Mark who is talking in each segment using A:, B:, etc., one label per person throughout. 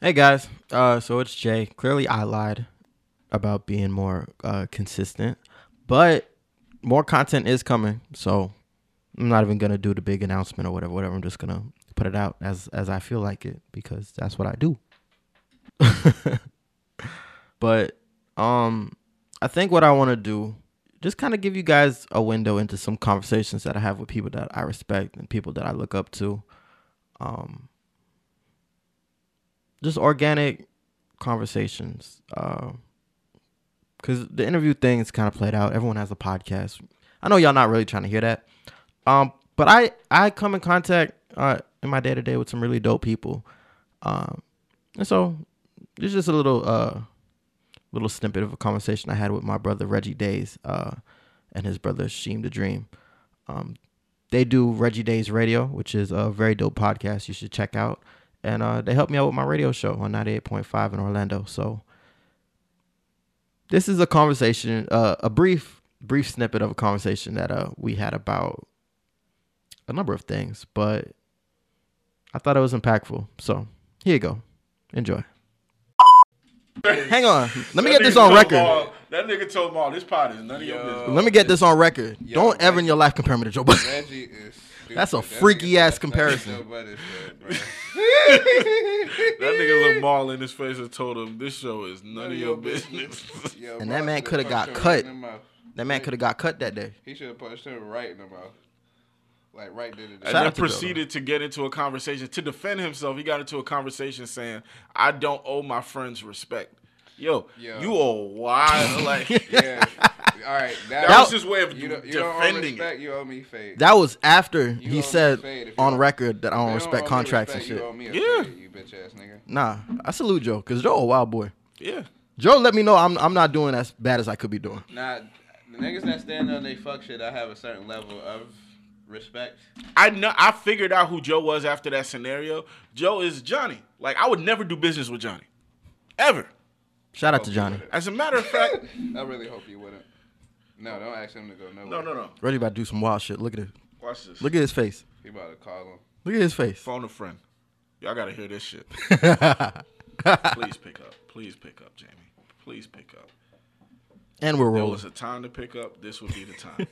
A: Hey guys, uh, so it's Jay. Clearly, I lied about being more uh, consistent, but more content is coming. So I'm not even gonna do the big announcement or whatever. Whatever, I'm just gonna put it out as as I feel like it because that's what I do. but um, I think what I want to do just kind of give you guys a window into some conversations that I have with people that I respect and people that I look up to. Um, just organic conversations. Because the interview thing is kind of played out. Everyone has a podcast. I know y'all not really trying to hear that. Um, but I I come in contact uh, in my day to day with some really dope people. Um, and so it's just a little uh little snippet of a conversation I had with my brother Reggie Days uh, and his brother Sheem the Dream. Um, they do Reggie Days Radio, which is a very dope podcast you should check out. And uh, they helped me out with my radio show on 98.5 in Orlando. So this is a conversation, uh, a brief, brief snippet of a conversation that uh, we had about a number of things, but I thought it was impactful. So here you go. Enjoy. Hang on. Let me get this on record.
B: that nigga told Maul, this pot is none of your business.
A: Let me get this on record. Don't ever in your life compare me to Joe Budden.
C: Reggie is. Stupid.
A: That's a
C: That
A: freaky
C: nigga's
A: ass
C: like
A: comparison.
C: nobody's good, bro.
B: That nigga looked Maul in his face and told him, this show is none, of your business.
C: Yo,
A: And that
C: Mark
A: man
C: should've
A: coulda got
C: punched him right
A: cut.
C: in the mouth.
A: That man could have got cut that day.
C: He should have punched him right in the mouth, like right then and
B: and
C: there.
A: Shout
B: then
A: out to Bill,
B: proceeded to get into a conversation. To defend himself, he got into a conversation saying, I don't owe my friends respect. Yo,
C: Yo.
B: you a wild, like,
C: Yeah. All right. That,
B: That was his way of
C: you don't- you don't owe
B: defending it.
C: respect, You owe me fade.
A: That was after
C: owe
A: he
C: me
A: said
C: fade if you
A: on
C: don't-
A: record that I don't
C: You
A: respect
C: owe me
A: contracts
C: respect,
A: and
C: You owe
A: shit.
C: me a
B: Yeah.
C: fade, you bitch ass nigga.
A: Nah, I salute Joe because Joe a wild boy.
B: yeah.
A: Joe let me know I'm I'm not doing as bad as I could be doing.
D: Nah, the niggas that stand on they fuck shit, I have a certain level of respect.
B: I know I figured out who Joe was after that scenario. Joe is Johnny. Like I would never do business with Johnny. Ever.
A: Shout out to Johnny.
B: As a matter of fact,
C: I really hope you wouldn't. No, don't ask him to go nowhere.
B: no, no, no.
A: Ready about to do some wild shit. Look at it.
B: Watch this.
A: Look at his face.
C: He about to call him.
A: Look at his face.
B: Phone a friend. Y'all gotta hear this shit. Please pick up. Please pick up, Jamie. Please pick up.
A: And we're
B: There
A: rolling.
B: was a time to pick up. This would be the time.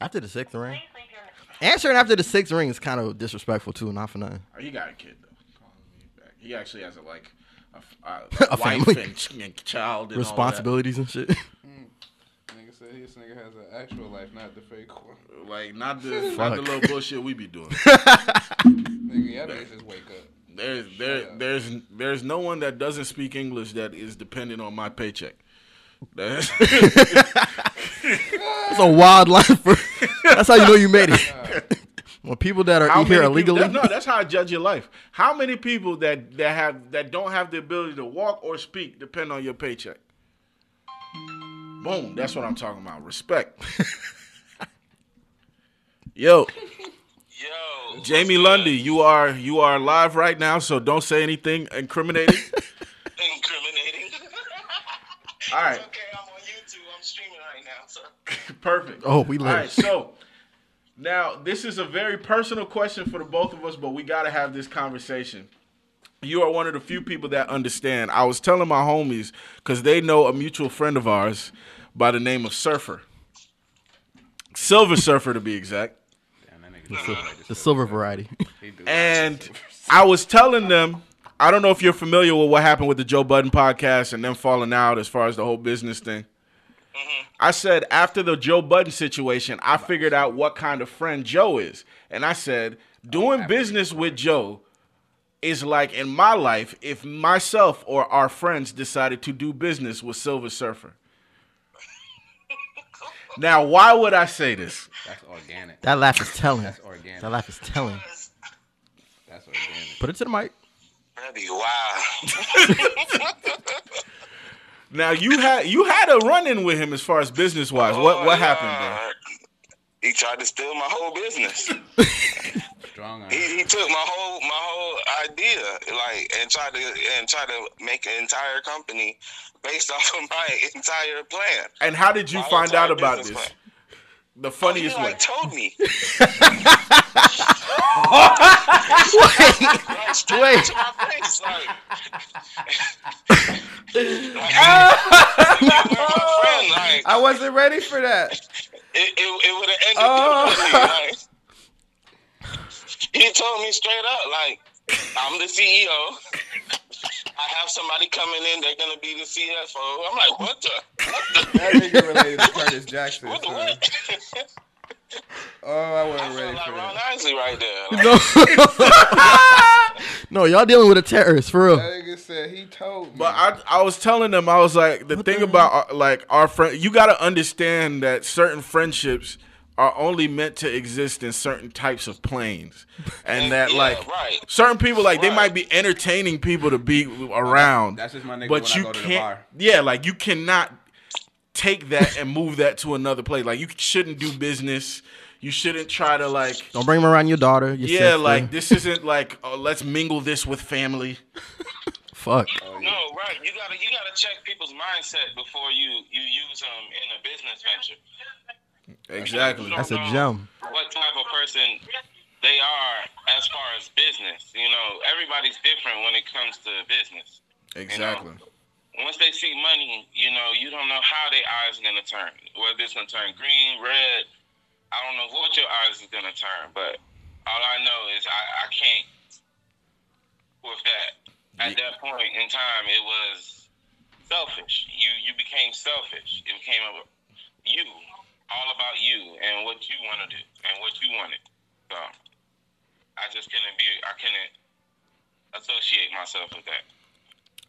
A: After the sixth ring. Answering after the sixth ring is kind of disrespectful too. Not for nothing.
B: he got a kid though. Calling me back. He actually has a like a, f-
A: A
B: a wife
A: family.
B: and, ch- and child and responsibility.
A: Responsibilities and shit.
C: Nigga said this nigga has an actual life, not the fake one.
B: Like not the not the
A: Fuck.
B: little bullshit we be doing.
C: Nigga, y'all niggas just wake up.
B: There's there
C: up.
B: there's there's no one that doesn't speak English that is dependent on my paycheck. That's-
A: That's a wild line for. that's how you know you made it. when people that are
B: how
A: here
B: many people-
A: illegally.
B: that- no, that's how I judge your life. How many people that that have that don't have the ability to walk or speak depend on your paycheck? Boom. That's what I'm talking about. Respect. Yo,
E: Yo,
B: Jamie Lundy, you are you are live right now, so don't say anything incriminating.
E: incriminating.
B: All right.
E: It's okay, I'm on YouTube. I'm streaming right now, so
B: Perfect.
A: Oh, we
B: All
A: live.
B: right, so now this is a very personal question for the both of us, but we got to have this conversation. You are one of the few people that understand. I was telling my homies because they know a mutual friend of ours by the name of Surfer, Silver Surfer to be exact.
C: Damn, that nigga.
A: the silver variety.
C: He do.
B: And I was telling them, I don't know if you're familiar with what happened with the Joe Budden podcast and them falling out as far as the whole business thing. I said, after the Joe Budden situation, I figured out what kind of friend Joe is. And I said, doing business with Joe is like in my life if myself or our friends decided to do business with Silver Surfer. Now, why would I say this?
C: That's organic.
A: That laugh is telling.
C: That's organic.
A: That laugh is telling.
C: That's organic.
A: Put it to the mic.
E: that'd be wild.
B: Now you had you had a run in with him as far as business wise.
E: Oh,
B: What what happened there?
E: there? He tried to steal my whole business.
C: Strong arm.
E: he, he took my whole my whole idea, like, and tried to and tried to make an entire company based off of my entire plan.
B: And how did you
E: My
B: find
E: entire
B: out about this?
E: business plan.
B: The
E: He
B: funniest way.
E: like told me.
A: Wait,
E: straight
A: Wait.
E: to my face. Like, you weren't my friend. Like,
D: I wasn't ready for that.
E: it, it, it would have ended
D: Oh.
E: differently. Like, he told me straight up, like, I'm the CEO. I have somebody coming in, they're gonna be the CFO. I'm like, what the what the
D: That nigga related to Curtis Jackson.
E: what the
D: Son.
E: what?
D: Oh, I
E: I
D: wasn't
E: feel
D: ready
E: like
D: for
E: Ron
D: that.
E: Isley right there. Like,
A: No. no, y'all dealing with a terrorist for
D: That
A: real.
D: nigga said he told me.
B: But I, I was telling them, I was like, the thing about our, like our friend, you got to understand that certain friendships are only meant to exist in certain types of planes, and that
E: Yeah,
B: like
E: right.
B: certain people, like they
E: Right.
B: might be entertaining people to be around.
D: That's just my nigga
B: but
D: when I
B: you
D: go to the
B: can't.
D: bar.
B: Yeah, like you cannot take that and move that to another place. Like you shouldn't do business. You shouldn't try to like.
A: Don't bring him around your daughter. Your
B: Yeah,
A: sister.
B: like this isn't like oh, let's mingle this with family.
A: fuck.
E: No, right. You gotta you gotta check people's mindset before you you use them in a business venture.
B: Exactly.
A: That's a gem.
E: What type of person they are as far as business? You know, everybody's different when it comes to business.
B: Exactly.
E: Once they see money, you know, you don't know how their eyes are gonna turn. Whether it's gonna turn green, red. I don't know what your eyes is gonna turn, but all I know is I, I can't with that. At that point in time, it was selfish. You you became selfish. It became a, you, all about you and what you want to do and what you wanted. So I just couldn't be. I couldn't associate myself with that.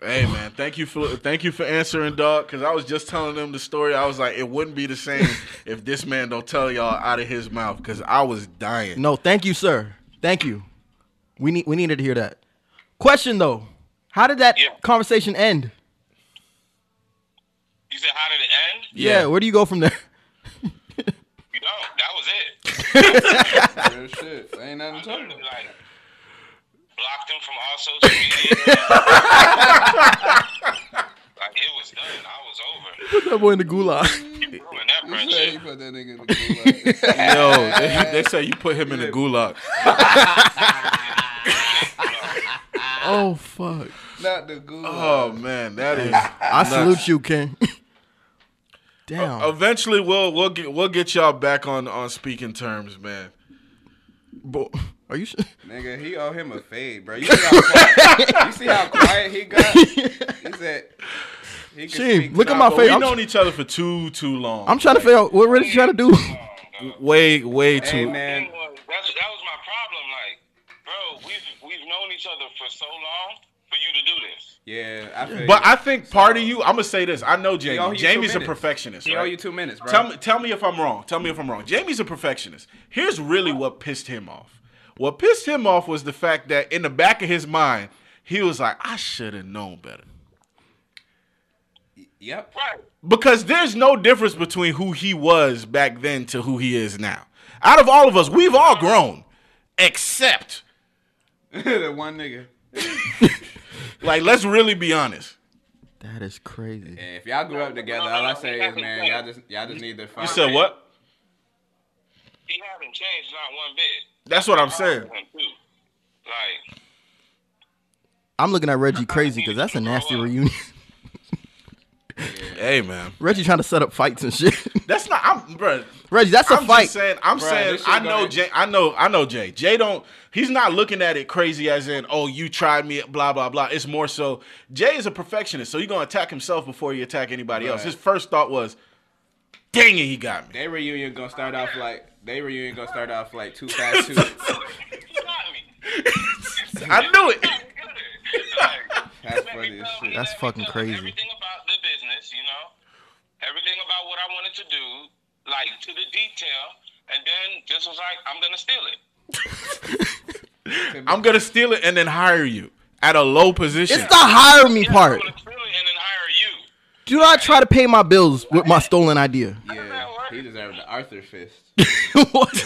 B: Hey man, thank you for thank you for answering, dog. Because I was just telling them the story. I was like, it wouldn't be the same if this man don't tell y'all out of his mouth. Because I was dying.
A: No, thank you, sir. Thank you. We need we needed to hear that. Question though, how did that
E: Yeah.
A: conversation end?
E: You said how did it end?
A: Yeah. where do you go from there?
E: You don't. That was it.
C: Real shit. Ain't nothing to talk
E: Literally,
C: about.
E: like blocked him from all social media. like it was done. I was over.
A: that boy in the gulag.
E: You ruined that
C: You said you
E: friendship.
C: put that nigga in the gulag.
B: Yo, they, they say you put him in the gulag.
A: oh fuck.
C: Not the gulag.
B: Oh man, that is.
A: I salute you, Oh, King. Damn.
B: Eventually, we'll we'll get we'll get y'all back on on speaking terms, man.
A: Bo- are you sure?
D: Nigga, he owe him a fade, bro. You see how quiet, you
A: Sheem,
D: see how quiet he got? He said he could speak
A: look at
D: now,
A: my
B: But
A: face.
B: we
A: I'm,
B: known each other for too too long.
A: I'm trying to figure out what Red is trying to do.
B: way way
D: but-
B: too.
D: Hey, man.
E: Thing was- That's, Oh, that was my problem. Like, bro, we've we've known each other for so long for you to do this.
D: Yeah, I feel
B: But
D: you.
B: I think part of you, I'm gonna say this. I know
D: owe you
B: Jamie.
D: two
B: Jamie's a
D: minutes.
B: perfectionist.
D: he
B: right?
D: owe you two minutes, bro.
B: Tell me, tell me if I'm wrong. Tell me if I'm wrong. Jamie's a perfectionist. Here's really what pissed him off. What pissed him off was the fact that in the back of his mind, he was like, I should have known better.
D: Yep.
E: Right.
B: Because there's no difference between who he was back then to who he is now. Out of all of us, we've all grown, except,
D: the one nigga.
B: like, let's really be honest.
A: That is crazy.
D: Yeah, if y'all grew up together, all I say is, man, y'all just y'all just need to find.
B: You said what?
E: He haven't changed not one bit.
B: That's what I'm saying.
E: Him too. Like,
A: I'm looking at Reggie crazy because that's a nasty reunion.
B: Hey, man.
A: Reggie trying to set up fights and shit.
B: That's not, I'm, bruh.
A: Reggie, that's a
B: I'm
A: fight.
B: just saying. I'm
D: Bruh,
B: saying.
D: this shit
B: I know
D: going-
B: Jay. I know. I know Jay. Jay don't. He's not looking at it crazy as in, oh, you tried me. Blah blah blah. It's more so. Jay is a perfectionist, so he's gonna attack himself before he attack anybody else.
D: Right.
B: His first thought was, "Dang it, he got me."
D: They reunion gonna start off like they reunion gonna start off like two fast two.
E: you got me.
B: I knew it.
D: That's
E: Let me
D: funny as
E: tell-
D: shit.
E: let
A: That's
E: me
A: fucking
E: tell
A: crazy.
E: Everything about the business, you know, everything about what I wanted to do, like to the detail, and then just was like, I'm gonna steal it.
B: I'm gonna steal it and then hire you at a low position.
A: It's the hire me
E: Yeah,
A: part.
E: I'm gonna steal it and then hire you.
A: Do not try to pay my bills with my stolen idea.
D: Yeah, he deserved the Arthur fist.
A: What?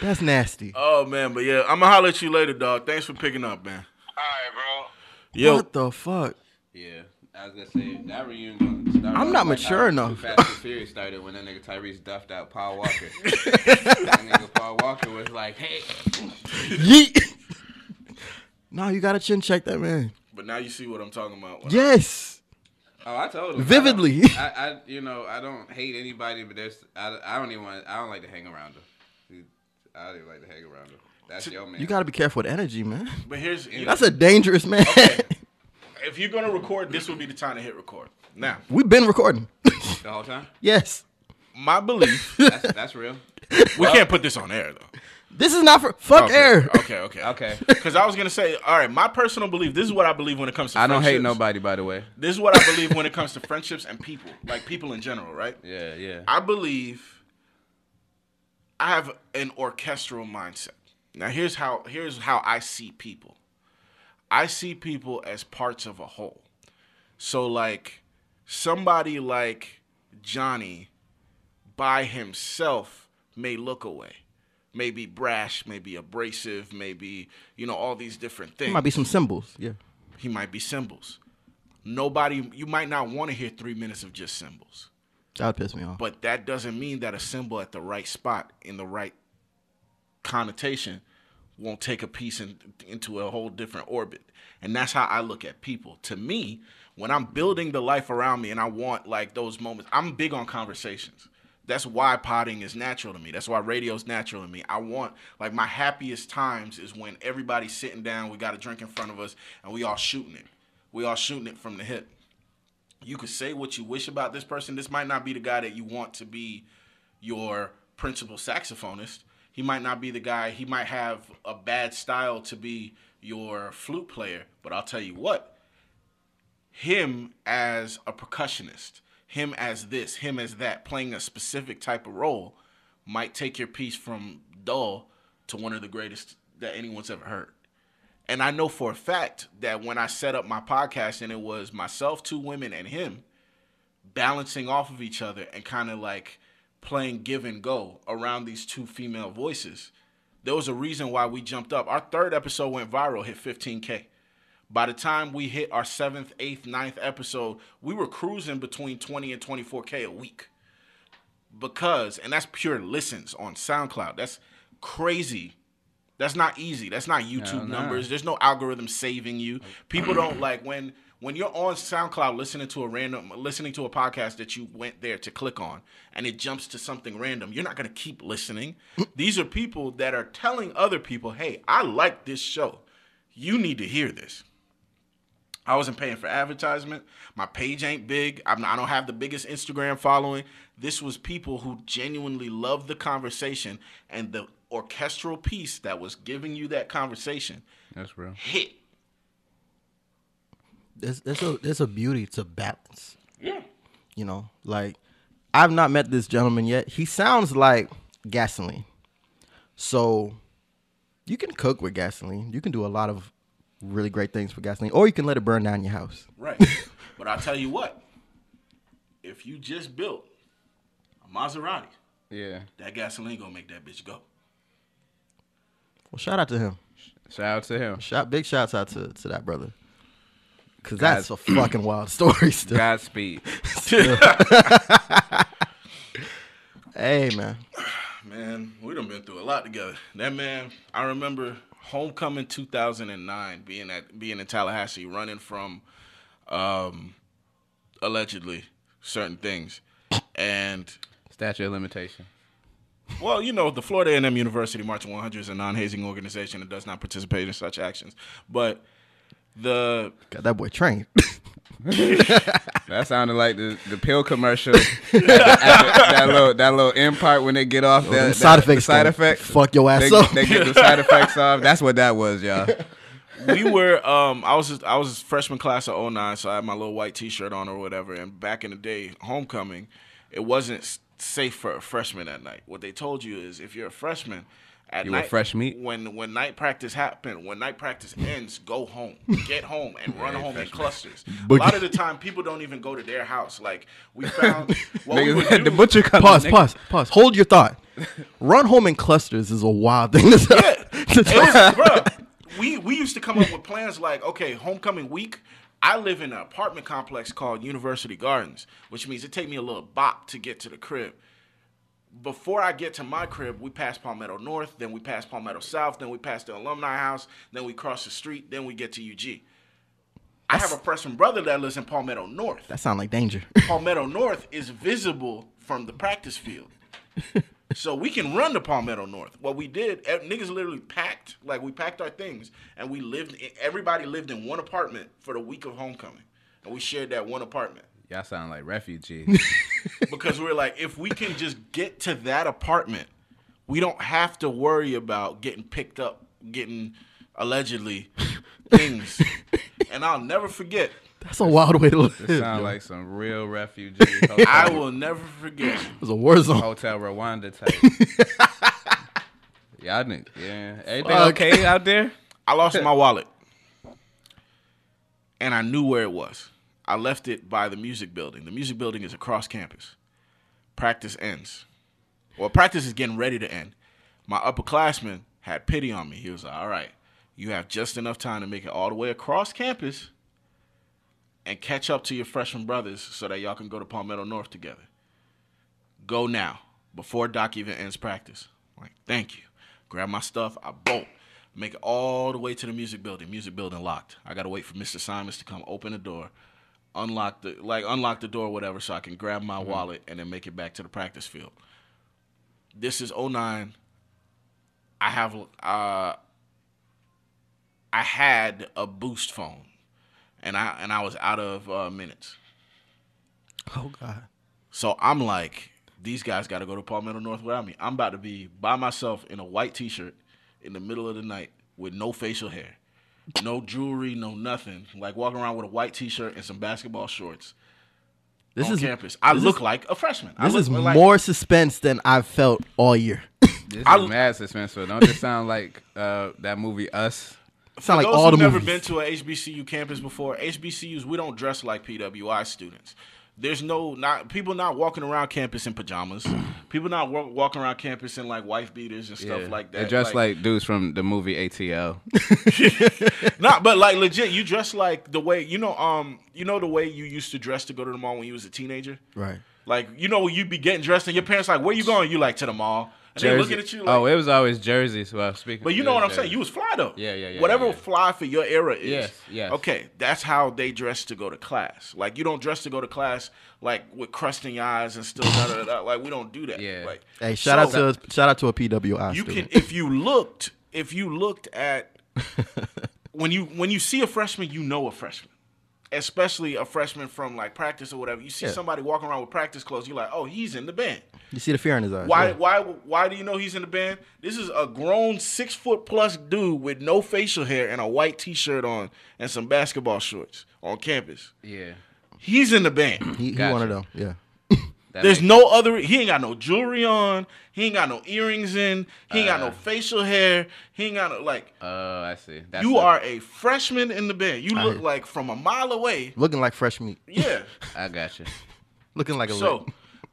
A: That's nasty.
B: oh man, but yeah, I'm gonna holler at you later, dog. Thanks for picking up, man.
E: All right, bro.
B: Yo,
A: What the fuck?
D: Yeah, I was gonna say that reunion gonna start.
A: I'm
D: off
A: not
D: like
A: mature
D: how
A: enough.
D: Too Fast and Furious started when that nigga Tyrese duffed out Paul Walker. that nigga Paul Walker was like, "Hey,
A: Yeet. No, you gotta chin check that man.
B: But now you see what I'm talking about. when I-
A: Yes.
D: Oh, I told him
A: Vividly.
D: I, I, you know, I don't hate anybody, but there's, I, I don't even, want, I don't like to hang around him. I don't even like to hang around him. That's your man.
A: You gotta be careful with energy, man.
B: But here's
A: That's a dangerous man.
B: if you're gonna record, this would be the time to hit record. Now,
A: We've been recording.
D: the whole time.
A: yes.
B: my belief,
D: That's, that's real.
B: we can't put this on air though.
A: This is not for fuck
B: Okay,
A: air.
B: Okay, okay,
D: Okay.
B: Because I was gonna say, all right, my personal belief. This is what I believe when it comes to.
D: I don't hate
B: friendships.
D: nobody, by the way.
B: This is what I believe when it comes to friendships and people, like people in general, right?
D: Yeah, yeah.
B: I believe I have an orchestral mindset. Now here's how here's how I see people. I see people as parts of a whole. So like somebody like Johnny by himself may look away. May be brash, may be abrasive, may be, you know, all these different things
A: There might be some symbols. Yeah.
B: he might be symbols. Nobody, you might not want to hear three minutes of just symbols,
A: That would piss me off.
B: but that doesn't mean that a symbol at the right spot in the right connotation won't take a piece in, into a whole different orbit. And that's how I look at people. To me, when I'm building the life around me and I want like those moments, I'm big on conversations. That's why potting is natural to me. That's why radio's natural to me. I want like my happiest times is when everybody's sitting down, we got a drink in front of us, and we all shooting it. We all shooting it from the hip. You could say what you wish about this person. This might not be the guy that you want to be your principal saxophonist. He might not be the guy. He might have a bad style to be your flute player. But I'll tell you what, him as a percussionist, him as this, him as that, playing a specific type of role might take your piece from dull to one of the greatest that anyone's ever heard. And I know for a fact that when I set up my podcast and it was myself, two women, and him balancing off of each other and kind of like playing give and go around these two female voices, there was a reason why we jumped up. Our third episode went viral, hit 15K. By the time we hit our seventh, eighth, ninth episode, we were cruising between 20 and 24K a week because and that's pure listens on SoundCloud. That's crazy. That's not easy. That's not YouTube
D: no.
B: numbers. There's no algorithm saving you. People don't like when when you're on SoundCloud listening to a random listening to a podcast that you went there to click on and it jumps to something random. You're not going to keep listening. These are people that are telling other people, "Hey, I like this show. You need to hear this." I wasn't paying for advertisement. My page ain't big. I'm not, I don't have the biggest Instagram following. This was people who genuinely loved the conversation and the orchestral piece that was giving you that conversation
D: That's real.
B: hit.
A: there's there's a there's a beauty to balance. Yeah. You know, like I've not met this gentleman yet. He sounds like gasoline. So you can cook with gasoline. You can do a lot of really great things with gasoline, or you can let it burn down your house.
B: Right. but I'll tell you what, if you just built a Maserati,
D: Yeah.
B: that gasoline gonna make that bitch go.
A: Well, shout out to him.
D: Shout out to him.
A: Shout big shouts out to to that brother. Cause that's a fucking wild story still.
D: Godspeed.
A: Hey man.
B: Man, we done been through a lot together. That man, I remember homecoming 2009, being at being in Tallahassee, running from, um, allegedly certain things, and
D: Statute of limitation.
B: well, you know, the Florida A&M University March 100 is a non-hazing organization that does not participate in such actions. But the
A: Got that boy trained.
D: That sounded like the, the pill commercial. At the- at the- that little that little end part when they get off that,
A: them
D: that-
A: side
D: the
A: effects
D: Side
A: gonna
D: effect.
A: fuck your ass
D: they,
A: up.
D: They get the side effects off. That's what that was, y'all.
B: we were um I was just, I was freshman class of 09, so I had my little white t-shirt on or whatever and back in the day homecoming it wasn't s- safe for a freshman at night. What they told you is if you're a freshman at
D: You were
B: night
D: fresh meat?
B: when when night practice happened, when night practice ends, go home. Get home and run home in clusters. A lot of the time people don't even go to their house. Like we found what we would
D: Niggas had
B: do,
D: the butcher coming.
A: Pause,
D: nigga.
A: pause, pause. Hold your thought. Run home in clusters is a wild thing to
B: Yeah. It was, bruh, we we used to come up with plans like, okay, homecoming week. I live in an apartment complex called University Gardens, which means it take me a little bop to get to the crib. before I get to my crib, we pass Palmetto North, then we pass Palmetto South, then we pass the alumni house, then we cross the street, then we get to UG. I have a person brother that lives in Palmetto North.
A: That sound like danger.
B: Palmetto North is visible from the practice field. so we can run to Palmetto North. What we did, eh, niggas literally packed, like we packed our things and we lived, in- everybody lived in one apartment for the week of homecoming. And we shared that one apartment
D: Y'all sound like refugees.
B: because we were like, if we can just get to that apartment, we don't have to worry about getting picked up, getting allegedly things. and I'll never forget.
A: That's a wild way to live.
D: This sound like some real refugee. Hotel,
B: I will never forget.
A: It was a war zone.
B: Oh,
D: Hotel Rwanda type. Y'all niggas, yeah. Everything
A: Fuck.
D: okay out there?
B: I lost my wallet. And I knew where it was. I left it by the music building. The music building is across campus. Practice ends. Well, practice is getting ready to end. My upperclassman had pity on me. He was like, all right, you have just enough time to make it all the way across campus and catch up to your freshman brothers so that y'all can go to Palmetto North together. Go now before Doc even ends practice. I'm like, thank you. Grab my stuff. I bolt. Make it all the way to the music building. Music building locked. I gotta wait for Mr. Simons to come open the door, unlock the like unlock the door, whatever, so I can grab my wallet and then make it back to the practice field. This is 09. I have uh I had a boost phone and I and I was out of uh, minutes.
A: Oh god.
B: So I'm like, these guys got to go to Palmetto North without me. I'm about to be by myself in a white T-shirt in the middle of the night with no facial hair, no jewelry, no nothing. Like walking around with a white T-shirt and some basketball shorts
A: This
B: on
A: is
B: campus. I
A: this
B: look
A: is-
B: like a freshman. I
A: This
B: look
A: is
B: like-
A: more suspense than I've felt all year.
D: This
B: I-
D: is mad suspenseful. Don't this sound like uh, that movie Us?
A: sound like
B: Those
A: all the
B: who've never
A: movies.
B: been to a HBCU campus before, HBCUs we don't dress like PWI students. There's no not people not walking around campus in pajamas. people not wa- walking around campus in like wife beaters and stuff like that.
D: They're just like, dudes from the movie ATL.
B: Not, but like legit, you dress like the way you know, um, you know the way you used to dress to go to the mall when you was a teenager.
A: right.
B: Like you know, you'd be getting dressed, and your parents like, "Where you going?" You like to the mall, and they looking at you. Like,
D: oh, it was always jerseys. Well, speaking.
B: but you
D: it
B: know
D: was
B: what I'm saying.
D: jerseys.
B: You was fly though.
D: Yeah, yeah, yeah,
B: Whatever
D: yeah, yeah.
B: fly for your era is.
D: Yes, yes.
B: Okay, that's how they dress to go to class. Like you don't dress to go to class like with crusting eyes and still da da da. Like we don't do that.
D: Yeah.
B: Like,
A: Hey, shout
B: so
A: out to shout out to a PWI
B: you can
A: student.
B: if you looked if you looked at when you when you see a freshman you know a freshman especially a freshman from like practice or whatever you see
A: Yeah.
B: somebody walking around with practice clothes you're like oh he's in the band
A: you see the fear in his eyes.
B: why
A: yeah.
B: why why do you know he's in the band this is a grown six foot plus dude with no facial hair and a white t-shirt on and some basketball shorts on campus
D: Yeah.
B: he's in the band
A: He, he
D: Gotcha.
A: one of them. Yeah.
D: That
B: There's
D: makes-
B: no other. He ain't got no jewelry on. He ain't got no earrings in. He ain't got no
D: Uh.
B: facial hair. He ain't got no like.
D: Oh, I see. That's
B: You
D: a-
B: are a freshman in the band. You look
A: I-
B: like from a mile away.
A: Looking like fresh meat.
B: Yeah.
D: I got you.
A: Looking like a
B: so,
A: lick.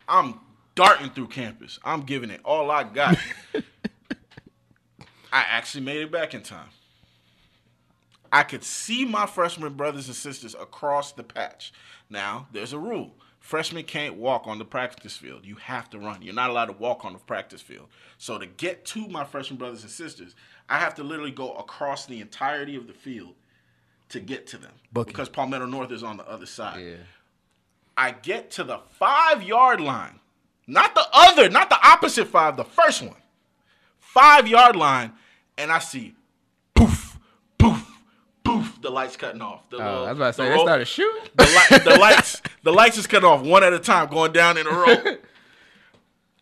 B: I'm darting through campus. I'm giving it all I got. I actually made it back in time. I could see my freshman brothers and sisters across the patch. Now, there's a rule. Freshmen can't walk on the practice field. You have to run. You're not allowed to walk on the practice field. So to get to my freshman brothers and sisters, I have to literally go across the entirety of the field to get to them.
A: Bucket.
B: Because Palmetto North is on the other side.
D: Yeah.
B: I get to the five yard line, not the other, not the opposite five, the first one, five yard line, and I see poof, poof, poof, the lights cutting off. The
D: Oh,
B: little-
D: I was about to say
B: the
D: they
B: roll-
D: started shooting.
B: the, li- the lights, the lights is cut off one at a time, going down in a row.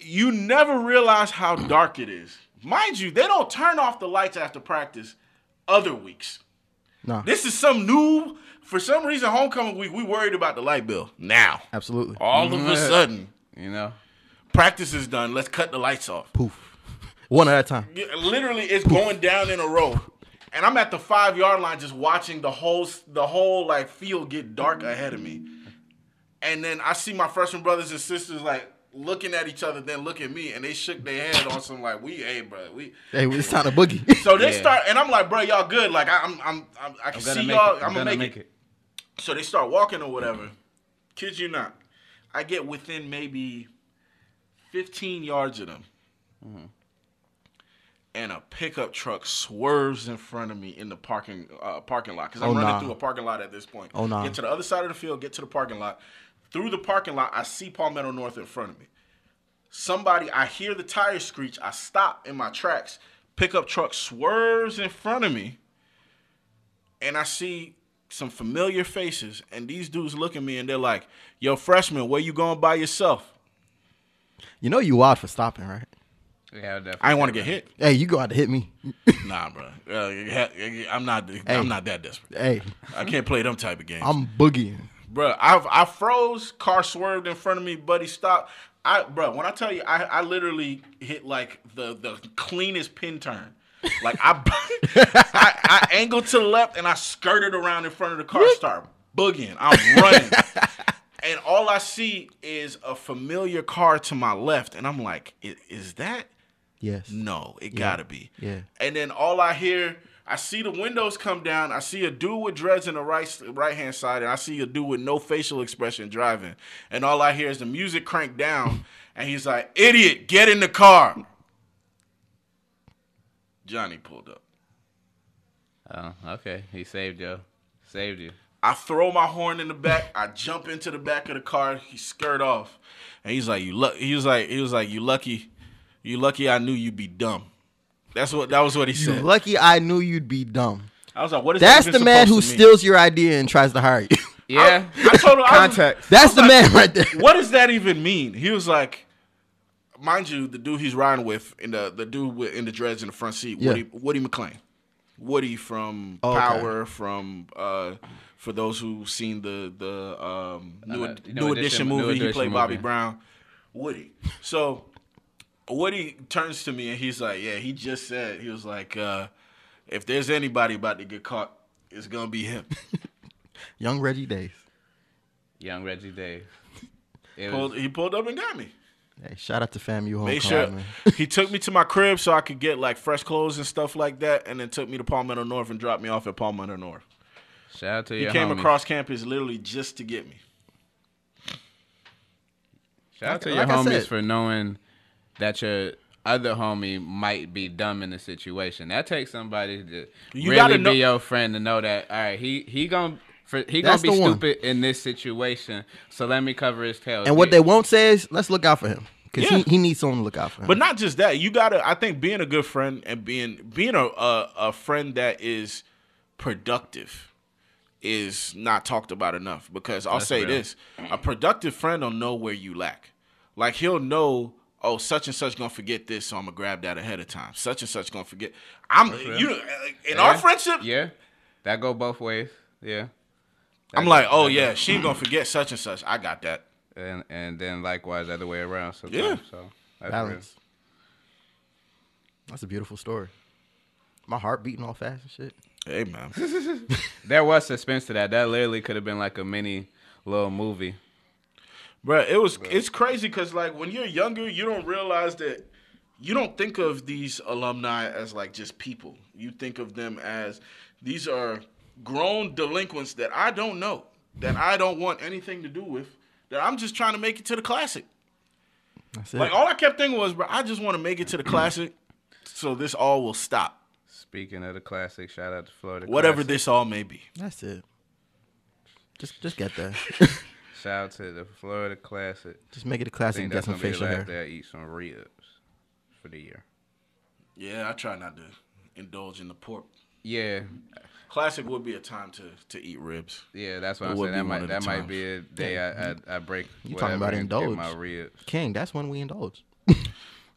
B: You never realize how dark it is, mind you. They don't turn off the lights after practice other weeks.
A: Nah.
B: This is some new. For some reason, homecoming week, we worried about the light bill now.
A: Absolutely.
B: All of
D: Mm-hmm.
B: a sudden,
D: You know.
B: practice is done. Let's cut the lights off.
A: Poof. One at a time.
B: Yeah, Literally, it's going down in a row, and I'm at the five yard line just watching the whole the whole like field get dark ahead of me, and then I see my freshman brothers and sisters like looking at each other, then look at me, and they shook their head on some like we, hey, bro, we.
A: Hey, it's time to boogie.
B: So they
D: Yeah.
B: start, and I'm like, bro, y'all good? Like I, I'm, I'm, I'm I can
D: I'm
B: see
D: gonna make
B: y'all.
D: it.
B: I'm gonna make, it. So they start walking or whatever. Kid you not. I get within maybe 15 yards of them.
A: Mm-hmm.
B: And a pickup truck swerves in front of me in the parking uh, parking lot because I'm
A: Oh,
B: running
A: nah.
B: through a parking lot at this point.
A: Oh, nah.
B: Get to the other side of the field, get to the parking lot. Through the parking lot, I see Palmetto North in front of me. Somebody, I hear the tire screech. I stop in my tracks. Pickup truck swerves in front of me and I see some familiar faces, and these dudes look at me and they're like, "Yo, freshman, where you going by yourself?"
A: You know you wild for stopping, right?
D: Yeah, definitely.
B: I didn't want to get hit.
A: Hey, you go out to hit me.
B: Nah, bro, Uh, he- I'm not. I'm not that desperate.
A: hey,
B: I can't play them type of games,
A: I'm boogieing.
B: bro. I've, I froze. Car swerved in front of me. Buddy stopped. I, bro, when I tell you, I, I literally hit like the the cleanest pin turn. Like I, I, I angled to the left and I skirted around in front of the car, start boogieing. I'm running. and all I see is a familiar car to my left, and I'm like, "I- "Is that?
A: Yes.
B: No, it gotta be."
A: Yeah.
B: And then all I hear, I see the windows come down. I see a dude with dreads in the right right hand side, and I see a dude with no facial expression driving. And all I hear is the music cranked down, and he's like, "Idiot, get in the car." Johnny pulled up.
D: Oh, okay. He saved you. Saved you.
A: Oh.
B: I throw my horn in the back. I jump into the back of the car. He skirt off, and he's like, "You luck." He was like, "He was like, you lucky, you lucky. I knew you'd be dumb." That's what that was what he
A: You
B: said.
A: lucky I knew you'd be dumb.
B: I was like, "What is that
A: That's
B: even
A: the man who
B: supposed to mean?"
A: steals your idea and tries to hire you.
D: Yeah.
B: I, I told him I was-
D: Contact.
A: That's the man right there.
B: what does that even mean? He was like, mind you, the dude he's riding with, and the the dude with, in the dreads in the front seat,
A: Yeah.
B: Woody Woody McClain, Woody from
A: Oh, okay.
B: Power, from uh, for those who've seen the the um, new,
D: Uh,
B: new,
D: New Edition-
B: edition
D: New
B: movie, he
D: Edition
B: played Bobby
D: movie.
B: Brown, Woody. So Woody turns to me and he's like, yeah, he just said he was like, uh, if there's anybody about to get caught, it's gonna be him.
A: Young Reggie Days.
D: Young Reggie Dave. It was,
B: Pulled- he pulled up and got me.
A: Hey, shout out to fam you homecoming.
B: Make sure
A: man.
B: he took me to my crib so I could get like fresh clothes and stuff like that, and then took me to Palmetto North and dropped me off at Palmetto North.
D: shout out to
B: He
D: your
B: came
D: homies.
B: across campus literally just to get me.
D: Shout out
A: Like-
D: to your
A: like I
D: homies
A: said.
D: for knowing that your other homie might be dumb in the situation. That takes somebody to
B: You gotta
D: really
B: know-
D: be your friend to know that. All right, he he gonna for, he
A: That's
D: gonna be
A: the one.
D: stupid in this situation. So let me cover his tail.
A: And what they won't say is, let's look out for him. Because
B: Yeah.
A: he, he needs someone to look out for him.
B: But not just that, you gotta. I think being a good friend and being being a a, a friend that is productive is not talked about enough. Because I'll say
D: real.
B: this: a productive friend will know where you lack. Like he'll know. Oh, such and such gonna forget this, so I'm gonna grab that ahead of time. Such and such gonna forget. I'm you in our
D: Yeah.
B: friendship.
D: yeah, that go both ways. Yeah,
B: I'm like, oh yeah, she ain't gonna forget such and such. I got that.
D: and and then likewise other way around. Sometimes.
B: Yeah.
D: so that's
A: Balance. That's a beautiful story. My heart beating all fast and shit.
B: Hey man,
D: real. There was suspense to that. That literally could have been like a mini little movie.
B: bro, it was it's crazy because like when you're younger, you don't realize that you don't think of these alumni as like just people. You think of them as these are grown delinquents that I don't know, that I don't want anything to do with, that I'm just trying to make it to the classic.
A: That's it.
B: Like all I kept thinking was, bro, I just want to make it to the classic, so this all will stop,
D: Speaking of the classic, shout out to Florida.
B: whatever
D: Classic.
B: this all may be.
A: That's it. Just just get there.
D: Shout out to the Florida Classic.
A: just make it a
D: I
A: classic
D: think
A: and get
D: that's
A: some
D: gonna be the
A: facial hair.
D: last day I eat some ribs for the year.
B: Yeah, I try not to indulge in the pork.
D: Yeah,
B: Classic would be a time to to eat ribs.
D: yeah, that's what
B: It
D: I'm
B: would
D: saying.
B: be one
D: That might
B: of
D: that
B: the
D: might be a day I, I I break.
A: You talking
D: whatever
A: about
D: and get
A: indulge.
D: My ribs.
A: King, that's when we indulge.
B: Are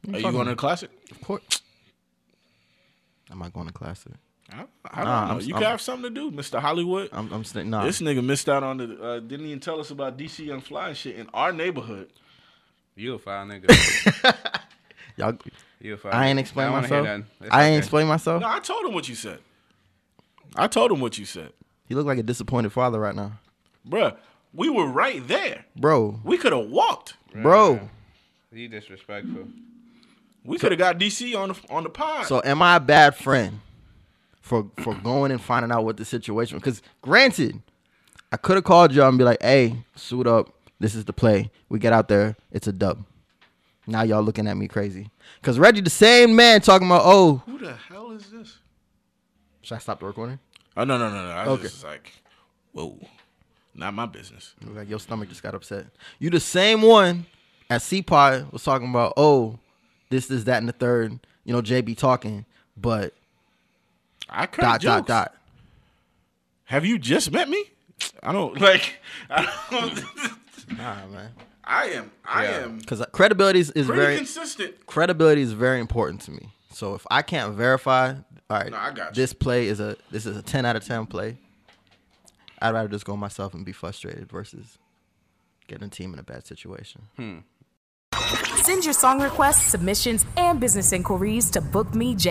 B: you going to the classic?
A: Of course. I'm not going to classic.
B: I, I
A: Nah,
B: don't know.
A: I'm-
B: you
A: I'm-
B: could have something to do, Mister Hollywood.
A: I'm I'm sitting nah.
B: This nigga missed out on the uh, didn't even tell us about DC Young Fly and shit in our neighborhood.
D: You a foul nigga.
A: Y'all
D: You a foul.
A: I ain't
D: nigga.
A: explain
D: don't wanna hear
A: myself.
D: nothing. It's
A: I ain't
D: okay.
A: explain myself.
B: No, I told him what you said. I told him what you said,
A: He look like a disappointed father right now.
B: bruh. We were right there.
A: Bro.
B: We could have walked.
A: Bro.
D: You disrespectful.
B: We could have got DC on the on the pod.
A: So am I a bad friend for for going and finding out what the situation? Because granted, I could have called y'all and be like, "Hey, suit up. This is the play. We get out there. It's a dub." Now y'all looking at me crazy. Cause Reggie, the same man, talking about oh,
B: Who the hell is this?
A: should I stop the recording?
B: Oh no no no no! I was
A: Okay.
B: just like, whoa, not my business.
A: It was Like your stomach just got upset. You the same one at CPOD was talking about oh, this, this, that, and the third. You know, JB talking, but
B: I
A: dot,
B: crack
A: dot,
B: jokes.
A: dot.
B: Have you just met me? I don't like. I, don't,
A: Nah, man.
B: I am. I am
A: Because credibility is, is
B: pretty
A: very
B: consistent.
A: credibility is very important to me. So if I can't verify, all right,
B: No, I got you.
A: this play is a this is a ten out of ten play. I'd rather just go myself and be frustrated versus getting a team in a bad situation.
F: Send your song requests, submissions, and business inquiries to bookmej